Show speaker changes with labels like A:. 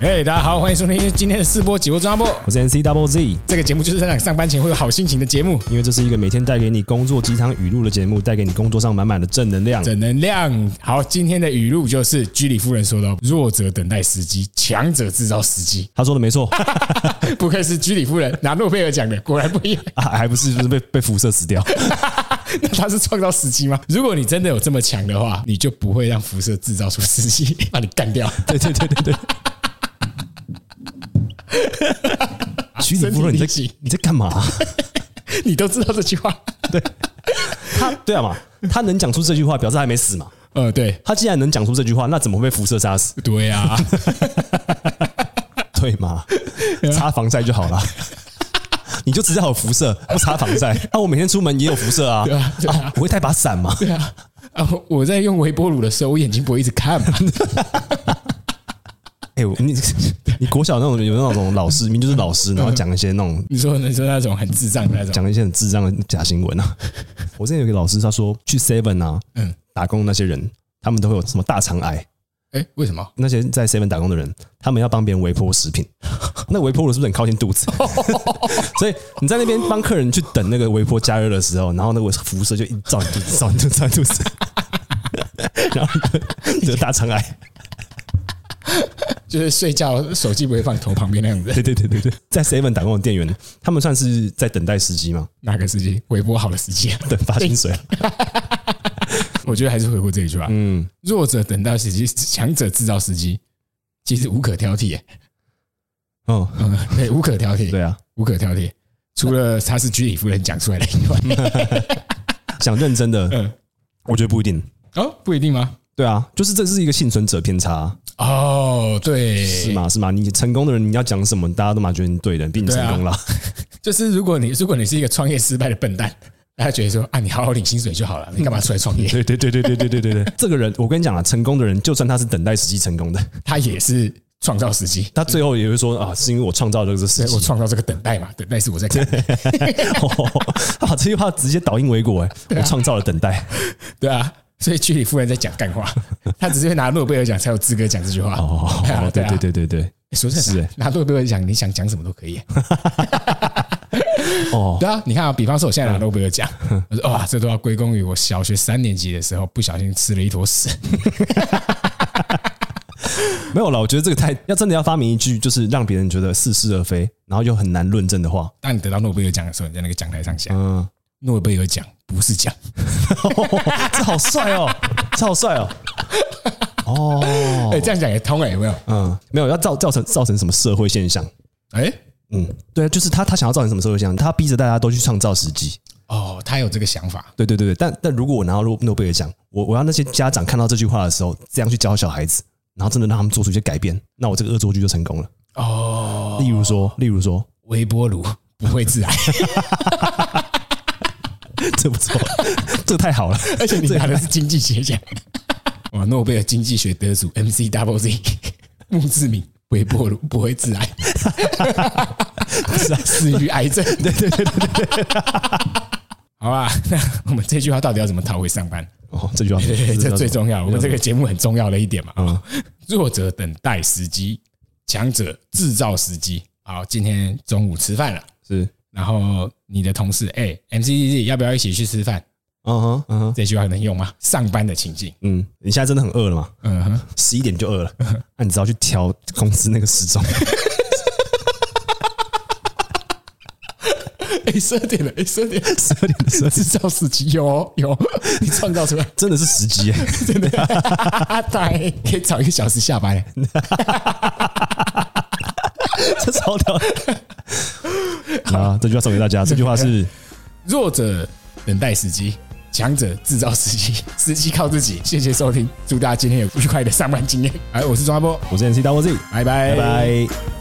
A: 嘿、大家好，欢迎收听今天的四波几波中央波。
B: 我是 NC Double Z，
A: 这个节目就是在让上班前会有好心情的节目，
B: 因为这是一个每天带给你工作鸡汤语录的节目，带给你工作上满满的正能量。
A: 正能量。好，今天的语录就是居里夫人说的哦：“弱者等待时机，强者制造时机。
B: 他说的没错，”
A: 不愧是居里夫人拿诺贝尔奖的，果然不一样。
B: 啊还不是就是被被辐射死掉。
A: 那他是创造时机吗？如果你真的有这么强的话，你就不会让辐射制造出时机， 把你干掉。
B: 对对对对对。徐礼夫人，你
A: 啊身体力
B: 在
A: 行
B: 你在干嘛、
A: 你都知道这句话。
B: 他对啊嘛，他能讲出这句话，表示还没死嘛。
A: 呃，对，
B: 他既然能讲出这句话，那怎么会被辐射杀 死？
A: 对呀、 啊，
B: 对嘛，
A: 啊
B: 擦防晒就 好了。你就知道有辐射，不擦防晒。啊那、我每天出门也有辐射啊，
A: 对啊对啊
B: 不会带把伞吗？
A: 对啊。 啊，我在用微波炉的时候，我眼睛不会一直看嘛。
B: 哎、我你 你国小那种有那种老师，明明就是老师，然后讲一些那种
A: 你说你说那种很智障的那种，
B: 讲一些很智障的假新闻啊。 我之前有一个老师，他说去 Seven 啊，
A: 嗯
B: 嗯，打工那些人，他们都会有什么大肠癌。
A: 哎，为什么？
B: 那些在 Seven 打工的人，他们要帮别人微波食品，那微波炉是不是很靠近肚子？所以你在那边帮客人去等那个微波加热的时候，然后那个辐射就一直照你肚子，照你肚子，照你肚子， 然后你就得大肠癌。
A: 就是睡觉手机不会放头旁边那样 子，
B: 对对对对对，在 Seven 打工的店员，他们算是在等待时机嘛，
A: 哪个时机微波好的时机 啊？
B: 等发薪水。
A: 我觉得还是回过这一句话：
B: 嗯，
A: 弱者等待时机，强者制造时机。其实无可挑剔、欸，
B: 哦，
A: 嗯， 对，无可挑剔，
B: 对啊，
A: 无可挑剔。除了他是居里夫人讲出来的 以
B: 嗯
A: 外，
B: 想认真的，
A: 嗯，
B: 我觉得不一定。
A: 哦，不一定吗？
B: 对啊，就是这是一个幸存者偏差啊，
A: 哦，对，
B: 是？吗？是吗？你成功的人，你要讲什么，大家都嘛觉得你对的，比你成功了。
A: 就是如果你如果你是一个创业失败的笨蛋，大家觉得说啊，你好好领薪水就好了，你干嘛出来创业？
B: 对对对对对对对对对， 这个人，我跟你讲啊，成功的人，就算他是等待时机成功的，
A: 他也是创造时机，
B: 他最后也会说啊，是因为 我创造了这个时
A: 对我
B: 机。
A: 创造这个等待嘛，等待是我在干的。
B: 他 啊把这句话直接倒因为果，哎，我创造了等 待。
A: 对啊，所以居里夫人在讲干 话，她只是会拿诺贝尔奖才有资格讲这句话。
B: 哦，对
A: 啊
B: 对对对对，
A: 欸说真
B: 是
A: 的
B: 欸，
A: 拿诺贝尔奖，你想讲什么都可 以。
B: 哦，
A: 对啊，你看啊，比方说我现
B: 嗯
A: 在拿诺贝尔 奖，我说哇，这都要归功于我小学三年级的时候不小心吃了一坨屎。
B: 没有了，我觉得这个太要真的要发明一句，就是让别人觉得似是而非，然后又很难论证的话，
A: 当你得到诺贝尔奖的时候，你在那个讲台上讲，
B: 嗯，
A: 诺贝尔奖不是奖，
B: 这好帅哦，这好帅哦。哦，
A: 哎，这样讲也通哎，有没有？
B: 嗯，没有要造造成造成什么社会现象？
A: 哎，
B: 嗯，对啊，就是他他想要造成什么社会现象？他逼着大家都去创造时机。
A: 哦，他有这个想法，
B: 对对对对，但但如果我拿到诺诺贝尔奖，我我要那些家长看到这句话的时候，这样去教小孩子，然后真的让他们做出一些改变，那我这个恶作剧就成功了。哦，例如说，例如说，
A: 微波炉不会致癌，
B: 这不错， 这太好了。
A: 而且你拿的是经济学奖， 哇，诺贝尔经济学得主 MC Double Z 墓志铭，微波炉不会致癌，是啊，死于癌症， 对对对对对。好吧，那 我们这句话到底要怎么讨回上 班？
B: 哦，这句话
A: 对对对，这最重要。我嗯们这
B: 个
A: 个节目很重要的一点嘛，弱者等待时机，强者制造时机。好，今天中午吃饭了，
B: 是，
A: 然后你的同事，哎、m c d d 要不要一起去吃饭？
B: 嗯哼嗯哼
A: 这句话能用吗？上班的情境，
B: 嗯，你现在真的很饿了吗？
A: 嗯哼，
B: 十一点就饿了，那你只要去调公司那个 时钟，
A: 哎，十二点了，哎，十二点，
B: 十二点的时候
A: 制造时机有哦有哦，你创造出来，
B: 真的是时机耶、
A: 真的，对，可以早一个小时下班了。
B: 这 超屌的。啊，这句话送给大家，这句话是
A: 弱者等待时机，强者制造时机，时机靠自己。谢谢收听，祝大家今天有愉快的上班经验。哎，我是庄阿波，
B: 我是 NC Double Z，
A: 拜拜
B: 拜拜。